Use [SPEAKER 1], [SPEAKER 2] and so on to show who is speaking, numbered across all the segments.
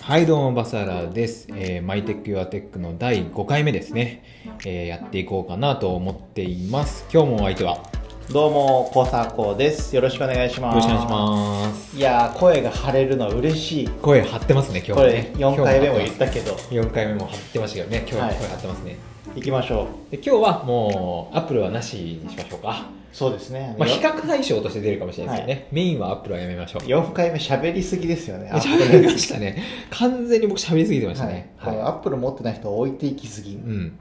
[SPEAKER 1] はいどうもバサラです、えーマイテックユアテックの第5回目ですね、えーやっていこうかなと思っています今日もお相手はよ
[SPEAKER 2] どうも、コサコです。よろしくお願いします。
[SPEAKER 1] ろしくお願いします
[SPEAKER 2] す。いやー、声が腫れるのは嬉しい。
[SPEAKER 1] 声張ってますね今日
[SPEAKER 2] こ
[SPEAKER 1] は
[SPEAKER 2] れ
[SPEAKER 1] ね、
[SPEAKER 2] 4回目も言ったけど、
[SPEAKER 1] 4回目も張ってましたけどね今日も声張ってますね、
[SPEAKER 2] 行きましょ
[SPEAKER 1] で今日はもうアップルはなしにしましょうか、
[SPEAKER 2] う。そうですね。
[SPEAKER 1] まあ、比較対象として出るかもしれないですけどね、メインはアップルはやめましょう
[SPEAKER 2] 4回目喋りすぎで すよね。アップ
[SPEAKER 1] 喋りましたね完全に僕喋りすぎてました
[SPEAKER 2] ル。はい
[SPEAKER 1] ね、
[SPEAKER 2] これアップル持ってない人は置いていきすぎ
[SPEAKER 1] う。ん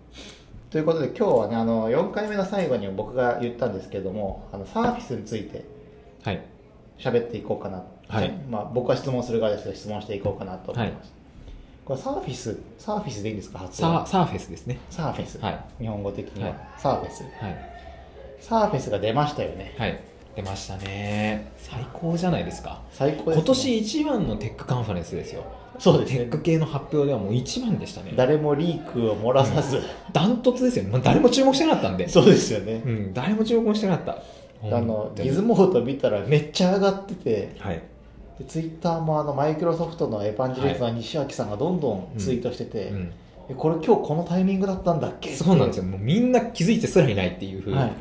[SPEAKER 2] ということで、今日はね、あの、4回目の最後に僕が言ったんですけども、あの、サーフィスについて
[SPEAKER 1] はい
[SPEAKER 2] 喋っていこうかな。
[SPEAKER 1] はい
[SPEAKER 2] まあ、僕は質問する側ですけど、質問していこうかなと思います。これサーフィス、サーフィスでいいんですか発音
[SPEAKER 1] サーサーフェスですね
[SPEAKER 2] サーフェス、
[SPEAKER 1] はい
[SPEAKER 2] 日本語的には、
[SPEAKER 1] はい
[SPEAKER 2] サーフェス
[SPEAKER 1] はい、
[SPEAKER 2] サーフェスが出ましたよね
[SPEAKER 1] はい、出ましたね最高じゃないですか
[SPEAKER 2] 最高です、ね、
[SPEAKER 1] 今年一番のテックカンファレンスですよ
[SPEAKER 2] そうです
[SPEAKER 1] テッ
[SPEAKER 2] ね
[SPEAKER 1] ク系の発表ではもう一番でしたね
[SPEAKER 2] 誰もリークを漏らさず、
[SPEAKER 1] ダントツですよ、まあ、誰も注目してなかったんで
[SPEAKER 2] そうですよね
[SPEAKER 1] う、ん誰も注目してなかった
[SPEAKER 2] あのギズ
[SPEAKER 1] も
[SPEAKER 2] モード見たらめっちゃ上がってて
[SPEAKER 1] はい
[SPEAKER 2] でツイッターもあのマイクロソフトのエヴァンジェリストの西脇さんがどんどんツイートしてて、
[SPEAKER 1] うん、
[SPEAKER 2] えこれ今日このタイミングだったんだっけ
[SPEAKER 1] そうなんです
[SPEAKER 2] よ、
[SPEAKER 1] よもうみんな気づいてすらいないっていうふう、
[SPEAKER 2] はい、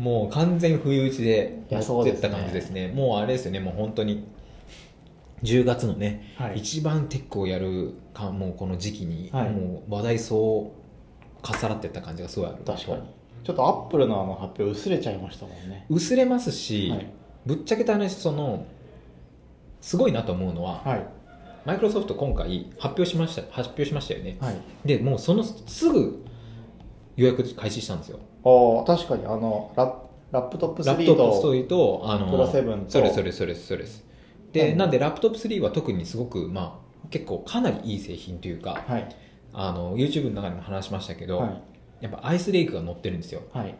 [SPEAKER 1] もう完全に不意打ちで持
[SPEAKER 2] い
[SPEAKER 1] って
[SPEAKER 2] や
[SPEAKER 1] った
[SPEAKER 2] そうですね
[SPEAKER 1] 感じですねもうあれですよねもう本当に10月のね
[SPEAKER 2] はい、
[SPEAKER 1] 一番テックをやるかもうこの時期に、
[SPEAKER 2] はい
[SPEAKER 1] もう話題層かっさらっていった感じがすごいある
[SPEAKER 2] 確かにちょっとアップルのあの発表薄れちゃいましたもんね、
[SPEAKER 1] 薄れますし、
[SPEAKER 2] はい
[SPEAKER 1] ぶっちゃけた話そのすごいなと思うのは
[SPEAKER 2] はい
[SPEAKER 1] マイクロソフト今回発表しました発表しましたよね
[SPEAKER 2] はい
[SPEAKER 1] でもうそのすぐ予約開始したんですよ
[SPEAKER 2] ああ確かにあのラッラップトップ
[SPEAKER 1] ラッ
[SPEAKER 2] 3
[SPEAKER 1] プトップ
[SPEAKER 2] と
[SPEAKER 1] 3とあの
[SPEAKER 2] プロ7と
[SPEAKER 1] それそれそれそれですで、
[SPEAKER 2] うん
[SPEAKER 1] なんでラップトップ3は特にすごくまあ結構かなりいい製品というか
[SPEAKER 2] はい
[SPEAKER 1] あの YouTube の中でも話しましたけど、
[SPEAKER 2] はい
[SPEAKER 1] やっぱアイスレイクが乗ってるんですよ
[SPEAKER 2] はい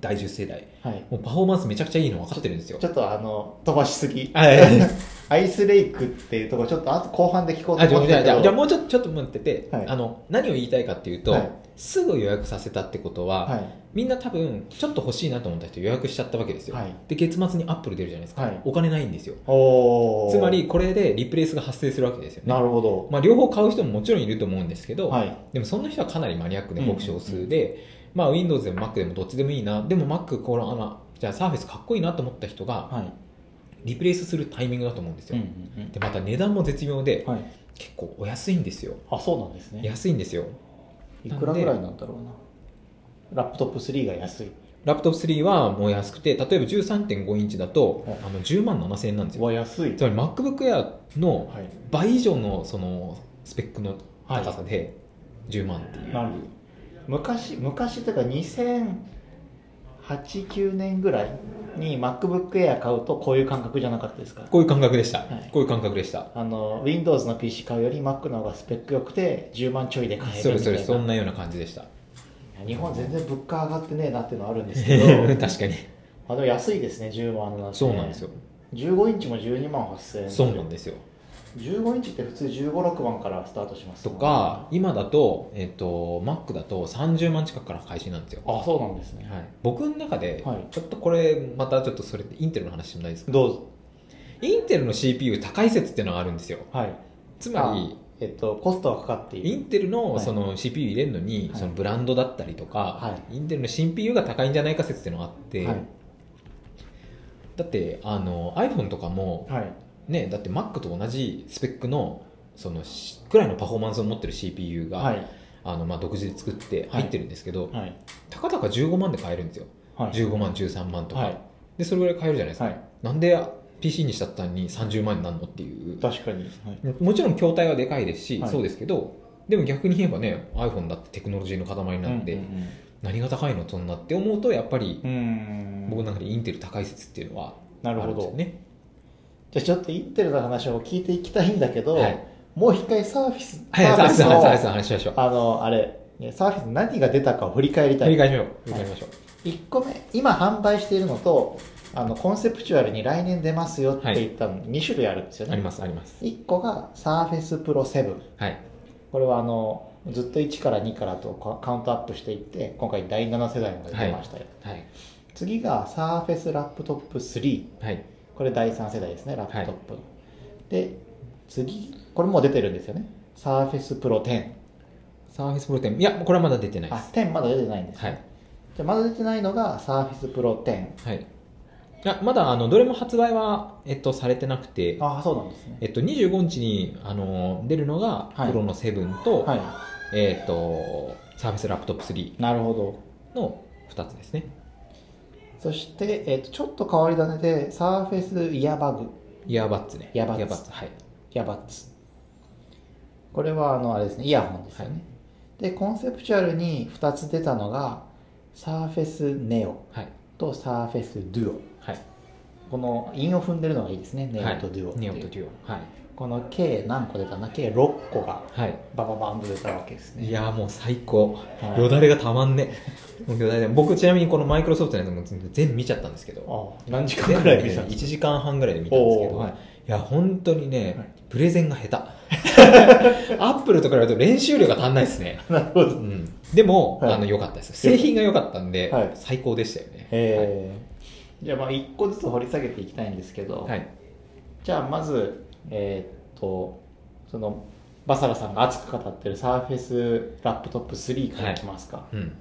[SPEAKER 1] 第10世代
[SPEAKER 2] はい
[SPEAKER 1] もうパフォーマンスめちゃくちゃいいの分かってるんですよ
[SPEAKER 2] ちょっとあの飛ばしすぎ
[SPEAKER 1] はい
[SPEAKER 2] アイスレイクっていうところちょっとあと後半で聞こうと
[SPEAKER 1] あじゃ
[SPEAKER 2] 思
[SPEAKER 1] あ
[SPEAKER 2] っ
[SPEAKER 1] じゃあ
[SPEAKER 2] て
[SPEAKER 1] じゃあじ
[SPEAKER 2] たけ
[SPEAKER 1] ゃあ
[SPEAKER 2] ど
[SPEAKER 1] もうちょっとちょっと待ってて、
[SPEAKER 2] はい
[SPEAKER 1] あの何を言いたいかっていうと、
[SPEAKER 2] はい
[SPEAKER 1] すぐ予約させたってことは、
[SPEAKER 2] はい
[SPEAKER 1] みんな多分ちょっと欲しいなと思った人予約しちゃったわけですよ、
[SPEAKER 2] はい
[SPEAKER 1] で月末にアップル出るじゃないですか、
[SPEAKER 2] はい
[SPEAKER 1] お金ないんですよ
[SPEAKER 2] おー
[SPEAKER 1] つまりこれでリプレイスが発生するわけですよね
[SPEAKER 2] なるほど
[SPEAKER 1] まあ、両方買う人ももちろんいると思うんですけど、
[SPEAKER 2] はい
[SPEAKER 1] でもそんな人はかなりマニアックで
[SPEAKER 2] うん
[SPEAKER 1] ごく少数で、まあ、Windows でも Mac でもどっちでもいいなでも Mac このあのじゃあ Surface かっこいいなと思った人が
[SPEAKER 2] はい
[SPEAKER 1] リプレイスするタイミングだと思うんです
[SPEAKER 2] う
[SPEAKER 1] よ、
[SPEAKER 2] んうん
[SPEAKER 1] でまた値段も絶妙で
[SPEAKER 2] うんはい
[SPEAKER 1] 結構お安いんですよ
[SPEAKER 2] あそうなんですね
[SPEAKER 1] 安いんですよ
[SPEAKER 2] いくらぐらいなんだろうなラップトップ3が安い
[SPEAKER 1] ラップトップ3はもう安くて例えば13.5インチだと、
[SPEAKER 2] はい
[SPEAKER 1] あの10万7000円なんですよ
[SPEAKER 2] は安い
[SPEAKER 1] つまり MacBook Air の
[SPEAKER 2] はい
[SPEAKER 1] 倍以上のそのスペックの高さで10万っていう、
[SPEAKER 2] なる昔昔というか2008,9年ぐらいに MacBookAir 買うとこういう感覚じゃなかったですか
[SPEAKER 1] こういう感覚でした、
[SPEAKER 2] はい
[SPEAKER 1] こういう感覚でした
[SPEAKER 2] あの Windows の PC 買うより Mac の方がスペック良くて10万ちょいで買え
[SPEAKER 1] そ
[SPEAKER 2] る
[SPEAKER 1] れ
[SPEAKER 2] みた
[SPEAKER 1] そ
[SPEAKER 2] いな
[SPEAKER 1] れそんなような感じでした
[SPEAKER 2] 日本全然物価上がってねえなっていうのはあるんです け
[SPEAKER 1] 確
[SPEAKER 2] ど
[SPEAKER 1] かに
[SPEAKER 2] あでも安いですね10万なんて
[SPEAKER 1] そうなんですよ
[SPEAKER 2] 15インチも12万8000円
[SPEAKER 1] そうなんですすよ
[SPEAKER 2] 15インチって普通1 5 6万からスタートします
[SPEAKER 1] と
[SPEAKER 2] もんね
[SPEAKER 1] か今だと,、えっと Mac だと30万近くから開始なんですよ、は
[SPEAKER 2] あそうなんですね
[SPEAKER 1] い、僕の中で、
[SPEAKER 2] はい
[SPEAKER 1] ちょっとこれまたちょっとそれってインテルの話でもないですけど
[SPEAKER 2] どうぞ
[SPEAKER 1] インテルの CPU 高い説っていうのがあるんですよ
[SPEAKER 2] はい
[SPEAKER 1] つまり
[SPEAKER 2] えっとコストはかかっている
[SPEAKER 1] インテルの
[SPEAKER 2] はい
[SPEAKER 1] その CPU 入れるのに、
[SPEAKER 2] はい
[SPEAKER 1] そのブランドだったりとか、
[SPEAKER 2] は
[SPEAKER 1] インテルの CPU が高いんじゃないか説っていうのがあって、
[SPEAKER 2] はい
[SPEAKER 1] だってあの iPhone とかも、
[SPEAKER 2] はい
[SPEAKER 1] ね、だって Mac と同じスペックのそのしくらいのパフォーマンスを持ってる CPU が、
[SPEAKER 2] はい
[SPEAKER 1] あのまあ、独自で作って入ってるんですけど、
[SPEAKER 2] はい
[SPEAKER 1] たかだか15万で買えるんですよ
[SPEAKER 2] はい
[SPEAKER 1] 15万13万とか、
[SPEAKER 2] はい
[SPEAKER 1] でそれぐらい買えるじゃないですか、
[SPEAKER 2] はい
[SPEAKER 1] なんで PC にしたったのに30万になるのっていう
[SPEAKER 2] 確かにはい
[SPEAKER 1] もちろん筐体はでかいですし、
[SPEAKER 2] はい
[SPEAKER 1] そうですけどでも逆に言えばね iPhone だってテクノロジーの塊なんで、
[SPEAKER 2] うんうん
[SPEAKER 1] 何が高いのそんなって思うとやっぱり
[SPEAKER 2] うんう
[SPEAKER 1] 僕
[SPEAKER 2] ーん
[SPEAKER 1] の中でインテル高い説っていうのはあ
[SPEAKER 2] なる
[SPEAKER 1] る
[SPEAKER 2] ほ
[SPEAKER 1] んですよ
[SPEAKER 2] ど
[SPEAKER 1] ね
[SPEAKER 2] じゃあちょっとインテルの話を聞いていきたいんだけど、
[SPEAKER 1] はい
[SPEAKER 2] もう一回サーフィス、
[SPEAKER 1] はいサービス
[SPEAKER 2] の
[SPEAKER 1] の話サービスの話しましょう
[SPEAKER 2] あの、あれ、ねサーフィス何が出たかを振り返りた
[SPEAKER 1] 振り
[SPEAKER 2] い。
[SPEAKER 1] 返りましょう振り返りましょう
[SPEAKER 2] 1個目、今販売しているのと、あのコンセプチュアルに来年出ますよって言ったの、2種類あるんですよ
[SPEAKER 1] あり
[SPEAKER 2] ね。
[SPEAKER 1] ますあります
[SPEAKER 2] 1個がサーフェスプロ7。
[SPEAKER 1] はい
[SPEAKER 2] これはあの、ずっと1から2からとカカウントアップしていって、今回第7世代まで出ましたよ。
[SPEAKER 1] はい
[SPEAKER 2] 次がサーフェスラップトップ3。
[SPEAKER 1] はい
[SPEAKER 2] ここれ第3世代ですねラップトップの、で次これもう出てるんですよねサーフェスプロ10
[SPEAKER 1] サーフェスプロ10いやこれはまだ出てないで
[SPEAKER 2] あ
[SPEAKER 1] す
[SPEAKER 2] 10まだ出てないんです、
[SPEAKER 1] はい
[SPEAKER 2] じゃあまだ出てないのがサーフェスプロ10
[SPEAKER 1] はいいやまだあのどれも発売は、えっと、されてなくて
[SPEAKER 2] ああそうなんですね
[SPEAKER 1] えっと、25日にあの出るのが
[SPEAKER 2] はい
[SPEAKER 1] プロの7と,、
[SPEAKER 2] は
[SPEAKER 1] えっとサーフェスラップトップ3
[SPEAKER 2] いなるほど
[SPEAKER 1] の2つですね
[SPEAKER 2] そして、えー、とちょっと変わり種でサーフェスイヤーバグ
[SPEAKER 1] イヤーバッツね
[SPEAKER 2] イヤーバッツ
[SPEAKER 1] はい
[SPEAKER 2] イヤーバッツこれはあのあれですねイヤホンですよね、でコンセプチュアルに2つ出たのがサーフェスネオ
[SPEAKER 1] はい
[SPEAKER 2] とサーフェスデュオ
[SPEAKER 1] はい
[SPEAKER 2] この韻を踏んでるのがいいですねネオとデュオって
[SPEAKER 1] ネ
[SPEAKER 2] いう、
[SPEAKER 1] オとデュオはい、
[SPEAKER 2] この計何個出たんだ計6個が
[SPEAKER 1] はい
[SPEAKER 2] バババンと出たわけですね
[SPEAKER 1] いやーもう最高
[SPEAKER 2] はい
[SPEAKER 1] よだれがたまんねもうよだれ僕ちなみにこのマイクロソフトのやつも全部見ちゃったんですけど
[SPEAKER 2] あ何時
[SPEAKER 1] 全
[SPEAKER 2] 間
[SPEAKER 1] 部
[SPEAKER 2] くらい見た
[SPEAKER 1] ね
[SPEAKER 2] ん
[SPEAKER 1] 1
[SPEAKER 2] です
[SPEAKER 1] 時間半ぐらいで見たんですけど、
[SPEAKER 2] おーはい
[SPEAKER 1] い、や本当にね、
[SPEAKER 2] はい
[SPEAKER 1] プレゼンが下手 アップルと比べると練習量が足んないですね
[SPEAKER 2] か なるほ
[SPEAKER 1] う
[SPEAKER 2] ど
[SPEAKER 1] ん、でも、
[SPEAKER 2] はい
[SPEAKER 1] あの良かったです製品が良かったんで、
[SPEAKER 2] はい
[SPEAKER 1] 最高でしたよねはい
[SPEAKER 2] えーじゃあまあ1個ずつ掘り下げていきたいんですけど、
[SPEAKER 1] はい
[SPEAKER 2] じゃあまずえーっとそのバサラさんが熱く語ってるサーフェスラップトップ3からいきますか、
[SPEAKER 1] うん、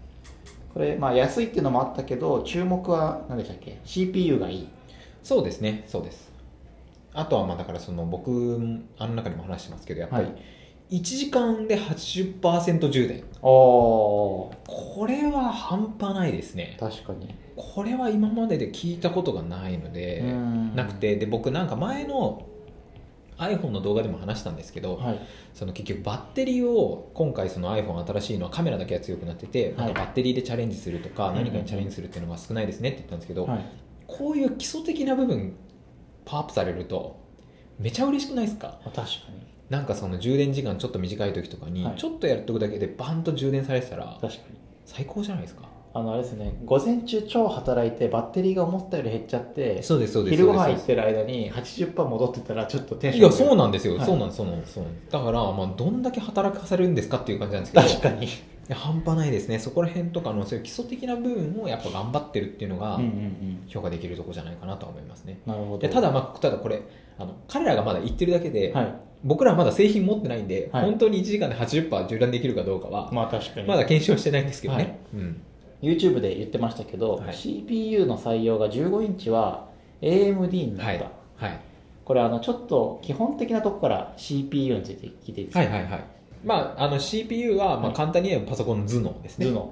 [SPEAKER 2] これまあ安いっていうのもあったけど注目は何でしたっけ CPU がいい
[SPEAKER 1] そうですねそうですあとはまあだからその僕あの中にも話してますけどやっぱり
[SPEAKER 2] はい
[SPEAKER 1] 1時間で80%充電
[SPEAKER 2] お
[SPEAKER 1] これは半端ないですね
[SPEAKER 2] 確かに、
[SPEAKER 1] これは今までで聞いたことがないので、
[SPEAKER 2] うん
[SPEAKER 1] なくてで僕なんか前の iPhone の動画でも話したんですけど、
[SPEAKER 2] はい
[SPEAKER 1] その結局バッテリーを今回その iPhone 新しいのはカメラだけが強くなってて、
[SPEAKER 2] は
[SPEAKER 1] な
[SPEAKER 2] い
[SPEAKER 1] んかバッテリーでチャレンジするとか
[SPEAKER 2] うん
[SPEAKER 1] 何かにチャレンジするっていうのが少ないですねって言ったんですけど、
[SPEAKER 2] はい、
[SPEAKER 1] こういう基礎的な部分パワーアップされるとめちゃ嬉しくないですか
[SPEAKER 2] 確かに
[SPEAKER 1] なんかその充電時間ちょっと短い時とかに
[SPEAKER 2] はい
[SPEAKER 1] ちょっとやっとくだけでバンと充電されてたら
[SPEAKER 2] 確かに
[SPEAKER 1] 最高じゃないですか
[SPEAKER 2] あのあれですね午前中超働いてバッテリーが思ったより減っちゃって
[SPEAKER 1] そうですそうです
[SPEAKER 2] 昼ご
[SPEAKER 1] そう
[SPEAKER 2] 飯行
[SPEAKER 1] で
[SPEAKER 2] っ
[SPEAKER 1] す
[SPEAKER 2] てる間に80%戻ってたらちょっとテンシ
[SPEAKER 1] い
[SPEAKER 2] ョン
[SPEAKER 1] やそうなんですよ、
[SPEAKER 2] はい
[SPEAKER 1] そうなんですそうなんですそうなんですだから、まあ、どんだけ働かされるんですかっていう感じなんです けど
[SPEAKER 2] 確かに、
[SPEAKER 1] いや半端ないですねそこら辺とかのそういう基礎的な部分をやっぱ頑張ってるっていうのが
[SPEAKER 2] ん、
[SPEAKER 1] 評価できるとこじゃないかなとは思いますね
[SPEAKER 2] なるほ
[SPEAKER 1] で
[SPEAKER 2] ど
[SPEAKER 1] ただ、まあ、ただこれあの彼らがまだ言ってるだけで、
[SPEAKER 2] はい
[SPEAKER 1] 僕らはまだ製品持ってないんで、
[SPEAKER 2] はい
[SPEAKER 1] 本当に1時間で80%充電できるかどうかは、
[SPEAKER 2] まあ確かに
[SPEAKER 1] まだ検証してないんですけどね、うん、
[SPEAKER 2] YouTube で言ってましたけど、
[SPEAKER 1] はい
[SPEAKER 2] CPU の採用が15インチは AMD にな
[SPEAKER 1] は
[SPEAKER 2] っ
[SPEAKER 1] い
[SPEAKER 2] た、
[SPEAKER 1] はい、
[SPEAKER 2] これあのちょっと基本的なとこから CPU について聞いていいですか、
[SPEAKER 1] はいはいはいまああの CPU は、ま
[SPEAKER 2] は
[SPEAKER 1] あ、
[SPEAKER 2] い
[SPEAKER 1] 簡単に言えばパソコンの頭脳ですね
[SPEAKER 2] 頭脳、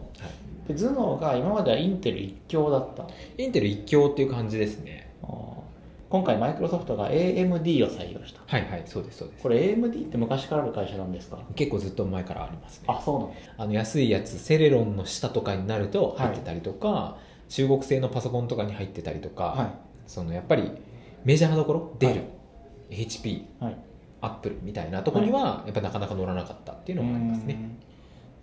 [SPEAKER 2] で頭脳が今まではインテル一強だった
[SPEAKER 1] インテル一強っていう感じですね
[SPEAKER 2] あー今回マイクロソフトが AMD を採用した
[SPEAKER 1] はいはいそうですそうです
[SPEAKER 2] これ AMD って昔からある会社なんですか
[SPEAKER 1] 結構ずっと前からありますね
[SPEAKER 2] あそうなんです
[SPEAKER 1] あの安いやつセレロンの下とかになると入ってたりとか、中国製のパソコンとかに入ってたりとか、
[SPEAKER 2] か
[SPEAKER 1] そのやっぱりメジャーなところデ
[SPEAKER 2] は
[SPEAKER 1] ル、
[SPEAKER 2] い
[SPEAKER 1] HP
[SPEAKER 2] はい
[SPEAKER 1] アップルみたいなところにはやっぱなかなか乗らなかったっていうのもありますね
[SPEAKER 2] うん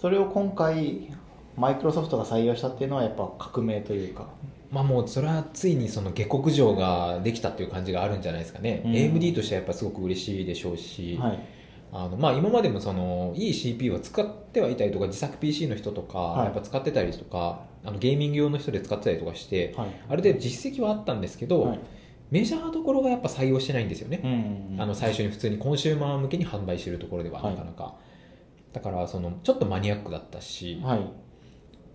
[SPEAKER 2] それを今回マイクロソフトが採用したっていうのはやっぱ革命というか
[SPEAKER 1] まあもうそれはついにその下克上ができたっていう感じがあるんじゃないですかね、
[SPEAKER 2] うん
[SPEAKER 1] AMD としてはやっぱすごく嬉しいでしょうし、
[SPEAKER 2] はい
[SPEAKER 1] あのまあ、今までもそのいい CPU は使ってはいたりとか自作 PC の人とか、
[SPEAKER 2] はい
[SPEAKER 1] やっぱ使ってたりとかあのゲーミング用の人で使ってたりとかして、
[SPEAKER 2] はい
[SPEAKER 1] ある程度実績はあったんですけど、
[SPEAKER 2] はい
[SPEAKER 1] メジャーどころがやっぱ採用してないんですよね、
[SPEAKER 2] うん
[SPEAKER 1] あの最初に普通にコンシューマー向けに販売してるところでは
[SPEAKER 2] はい
[SPEAKER 1] なかなか、だからそのちょっとマニアックだったし、や
[SPEAKER 2] はい
[SPEAKER 1] っ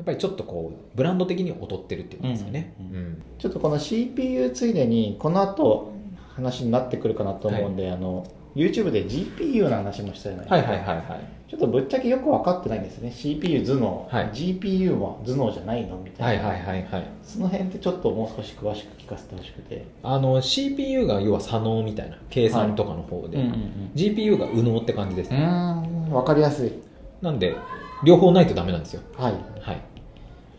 [SPEAKER 1] ぱりちょっとこうブランド的に劣ってるっていうんですかね、
[SPEAKER 2] う
[SPEAKER 1] うんん
[SPEAKER 2] うんちょっとこの CPU ついでにこの後話になってくるかなと思うんで、あの YouTube で GPU の話もしたじゃないですか、
[SPEAKER 1] はいはいはいはい
[SPEAKER 2] ちょっとぶっちゃけよく分かってないんですよね CPU 頭脳、
[SPEAKER 1] はい
[SPEAKER 2] GPU も頭脳じゃないのみた
[SPEAKER 1] はいい
[SPEAKER 2] な、
[SPEAKER 1] はいはいはい
[SPEAKER 2] その辺ってちょっともう少し詳しく聞かせてほしくて、
[SPEAKER 1] あの CPU が要は左脳みたいな計算とかの方で、
[SPEAKER 2] うん、
[SPEAKER 1] GPU が右脳って感じです
[SPEAKER 2] う
[SPEAKER 1] ね、
[SPEAKER 2] ん分かりやすい
[SPEAKER 1] なんで両方ないとダメなんですよ
[SPEAKER 2] はい
[SPEAKER 1] はい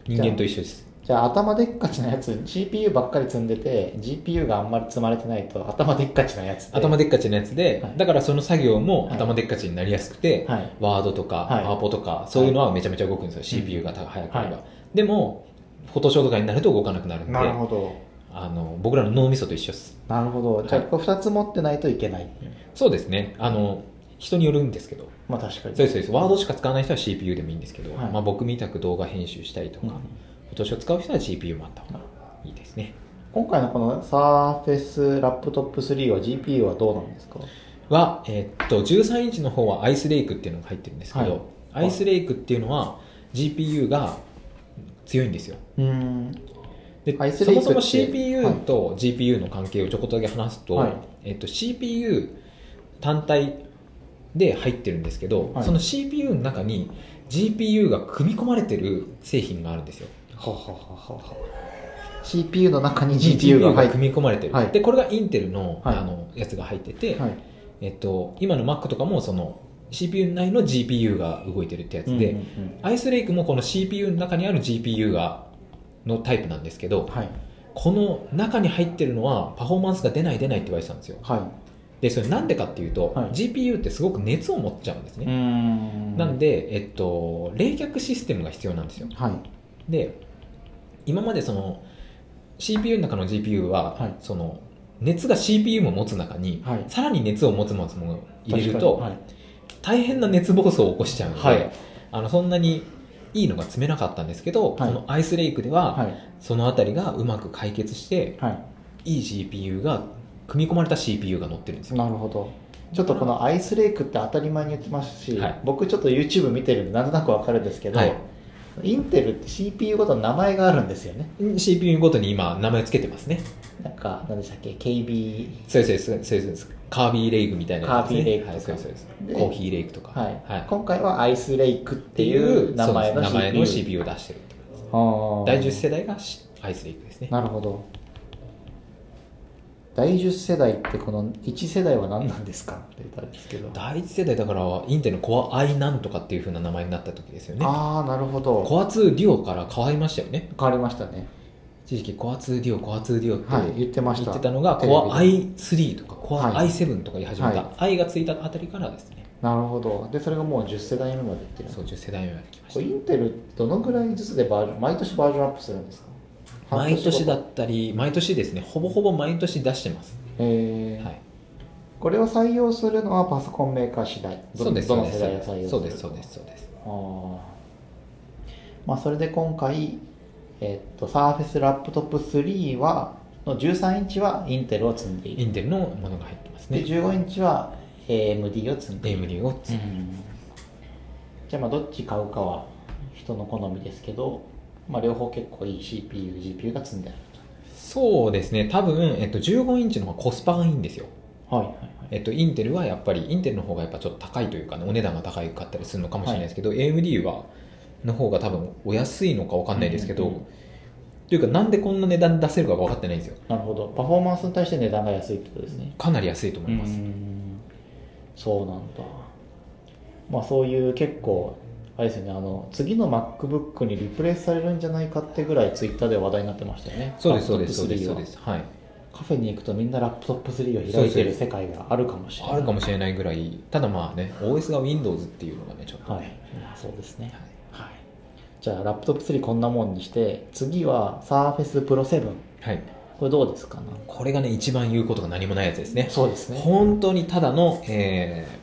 [SPEAKER 1] 人間と一緒です
[SPEAKER 2] じゃあ頭でっかちなやつ GPU ばっかり積んでて GPU があんまり積まれてないと頭でっかちなやつで
[SPEAKER 1] 頭でっかちなやつで、
[SPEAKER 2] はい
[SPEAKER 1] だからその作業も
[SPEAKER 2] はい
[SPEAKER 1] 頭でっかちになりやすくて、
[SPEAKER 2] はい
[SPEAKER 1] ワードとか
[SPEAKER 2] はい
[SPEAKER 1] パワポとか、そういうのはめちゃめちゃ動くんですよ、CPU が速くなれば、でもフォトショーとかになると動かなくなるんで
[SPEAKER 2] なるほど
[SPEAKER 1] あの僕らの脳みそと一緒です
[SPEAKER 2] なるほどじゃあ
[SPEAKER 1] はい
[SPEAKER 2] これ2つ持ってないといけない、
[SPEAKER 1] そうですねあの人によるんですけど
[SPEAKER 2] まあ確かに
[SPEAKER 1] そうですそうですワードしか使わない人は CPU でもいいんですけど、
[SPEAKER 2] はい
[SPEAKER 1] まあ、僕みたく動画編集したりとか、
[SPEAKER 2] うん
[SPEAKER 1] フォトショー使う人は GPU もあった方がいいですね
[SPEAKER 2] 今回のこの Surface ラップトップ3は GPU はどうなんですか
[SPEAKER 1] は、えーっと、13インチの方はアイスレイクっていうのが入ってるんですけど、
[SPEAKER 2] はい
[SPEAKER 1] アイスレイクっていうのは GPU が強いんですよ。
[SPEAKER 2] うん
[SPEAKER 1] で
[SPEAKER 2] アイス
[SPEAKER 1] そ
[SPEAKER 2] レイ
[SPEAKER 1] も
[SPEAKER 2] ク
[SPEAKER 1] そ
[SPEAKER 2] って
[SPEAKER 1] も CPU と GPU の関係をちょこっとだけ話すと,、
[SPEAKER 2] はい
[SPEAKER 1] えっと CPU 単体で入ってるんですけど、
[SPEAKER 2] はい
[SPEAKER 1] その CPU の中に GPU が組み込まれてる製品があるんですよ
[SPEAKER 2] ははははは CPU の中に GPU が入って
[SPEAKER 1] 組み込まれてる、
[SPEAKER 2] はい
[SPEAKER 1] でこれがインテルの,、
[SPEAKER 2] はい
[SPEAKER 1] あのやつが入ってて、
[SPEAKER 2] はい
[SPEAKER 1] えっと、今の Mac とかもその CPU 内の GPU が動いてるってやつで、
[SPEAKER 2] うんうん
[SPEAKER 1] アイスレイクもこの CPU の中にある GPU がのタイプなんですけど、
[SPEAKER 2] うんはい
[SPEAKER 1] この中に入ってるのはパフォーマンスが出ない出ないって言われてたんですよ
[SPEAKER 2] は
[SPEAKER 1] でそれなんでかっていうと、
[SPEAKER 2] はい
[SPEAKER 1] GPU ってすごく熱を持っちゃうんです
[SPEAKER 2] い
[SPEAKER 1] ね、
[SPEAKER 2] ん
[SPEAKER 1] なんで、えっと、冷却システムが必要なんですよ
[SPEAKER 2] はい
[SPEAKER 1] で今までその CPU の中の GPU は、
[SPEAKER 2] はい
[SPEAKER 1] その熱が CPU も持つ中に
[SPEAKER 2] はい
[SPEAKER 1] さらに熱を持つものを入れる
[SPEAKER 2] 確
[SPEAKER 1] と、
[SPEAKER 2] かに
[SPEAKER 1] 大変な熱暴走を起こしちゃうので、
[SPEAKER 2] はい
[SPEAKER 1] あのそんなにいいのが積めなかったんですけど、
[SPEAKER 2] はい
[SPEAKER 1] このアイスレイクでは、
[SPEAKER 2] はい
[SPEAKER 1] そのあたりがうまく解決して
[SPEAKER 2] はい、は
[SPEAKER 1] い
[SPEAKER 2] い
[SPEAKER 1] GPU が組み込まれた CPU が乗ってるんです
[SPEAKER 2] い、
[SPEAKER 1] よ
[SPEAKER 2] なるほどちょっとこのアイスレイクって当たり前に言ってますし、
[SPEAKER 1] はい
[SPEAKER 2] 僕ちょっと YouTube 見てるんでなんとなくわかるんですけど、
[SPEAKER 1] はい
[SPEAKER 2] インテルって CPU ごとの名前があるんですよね
[SPEAKER 1] CPU ごとに今名前つけてますね
[SPEAKER 2] なんか何でしたっけ KB
[SPEAKER 1] そうですそうですそうですカービーレイグみたいなやつですね
[SPEAKER 2] カービーレイグ
[SPEAKER 1] は
[SPEAKER 2] とか
[SPEAKER 1] い、そうですそうです
[SPEAKER 2] で
[SPEAKER 1] コーヒーレイグとか
[SPEAKER 2] はい、
[SPEAKER 1] はい、っ
[SPEAKER 2] 今回はアイスレイクっていう名前の CPU,
[SPEAKER 1] 名前の CPU を出してるってことです
[SPEAKER 2] あー
[SPEAKER 1] 第10世代がしアイスレイグですね
[SPEAKER 2] なるほど第10世代ってこの1世代は何なんですかって言ったんですけど、
[SPEAKER 1] 第1世代だからインテルの Core i なんとかっていう風な名前になった時ですよね
[SPEAKER 2] ああなるほど
[SPEAKER 1] Core 2デュオから変わりましたよね
[SPEAKER 2] 変わりましたね
[SPEAKER 1] 一時期 Core 2デュオ Core 2デュオって、
[SPEAKER 2] はい言ってまし
[SPEAKER 1] 言
[SPEAKER 2] た
[SPEAKER 1] ってたのが
[SPEAKER 2] テレビで
[SPEAKER 1] Core i3 とか Core
[SPEAKER 2] はい
[SPEAKER 1] i7 とか言い始めた、
[SPEAKER 2] は
[SPEAKER 1] i がついたあたりからですね
[SPEAKER 2] なるほどでそれがもう10世代目までいってるんです
[SPEAKER 1] そう10世代目まで来ました
[SPEAKER 2] これインテルってどのぐらいずつでバージョン毎年バージョンアップするんですか
[SPEAKER 1] 毎年だ
[SPEAKER 2] へ
[SPEAKER 1] ったり毎年ですねほぼほぼ毎年出してます、
[SPEAKER 2] え
[SPEAKER 1] はい、
[SPEAKER 2] これを採用するのはパソコンメーカー次第ど
[SPEAKER 1] そうです
[SPEAKER 2] ど
[SPEAKER 1] そう
[SPEAKER 2] の
[SPEAKER 1] で
[SPEAKER 2] 世代が採用する
[SPEAKER 1] すそうですそうですそうです
[SPEAKER 2] あーまあそれで今回えっと Surface ラップトップ3はの13インチはインテルを積んでい
[SPEAKER 1] イ
[SPEAKER 2] る、
[SPEAKER 1] ンテルのものが入ってます
[SPEAKER 2] で
[SPEAKER 1] ね
[SPEAKER 2] 15インチは AMD を積んでいる、
[SPEAKER 1] AMD をつ
[SPEAKER 2] うんじゃあまあどっち買うかは人の好みですけど、まあ、両方結構いい CPU、GPU が積んである
[SPEAKER 1] そうですね多分、えっと、15インチの方がコスパがいいんですよ
[SPEAKER 2] はいはいはい
[SPEAKER 1] えっと、インテルはやっぱりインテルの方がやっぱちょっと高いというかねお値段が高かったりするのかもしれないですけど、AMD はの方が多分お安いのか分かんないですけど、
[SPEAKER 2] うんうんうん
[SPEAKER 1] というかなんでこんな値段出せるかが分かってないんですよ
[SPEAKER 2] なるほどパフォーマンスに対して値段が安いってことですね
[SPEAKER 1] かなり安いと思います、
[SPEAKER 2] うんそうなんだまあそういう結構あれですよねあの次の MacBook にリプレイスされるんじゃないかってぐらいツイッターで話題になってましたよね
[SPEAKER 1] そうですそうですそうですそう
[SPEAKER 2] ラップトップ
[SPEAKER 1] です
[SPEAKER 2] 3は
[SPEAKER 1] はい
[SPEAKER 2] カフェに行くとみんなラップトップ3を開いてる世界があるかもしれない
[SPEAKER 1] あるかもしれないぐらいただまあね OS が Windows っていうのがねちょっと、
[SPEAKER 2] はいまあそうですね
[SPEAKER 1] はい
[SPEAKER 2] はいじゃあラップトップ3こんなもんにして次は Surface Pro 7
[SPEAKER 1] はい、
[SPEAKER 2] これどうですかな
[SPEAKER 1] これがね一番言うことが何もないやつですね
[SPEAKER 2] そうですね
[SPEAKER 1] 本当にただの、えー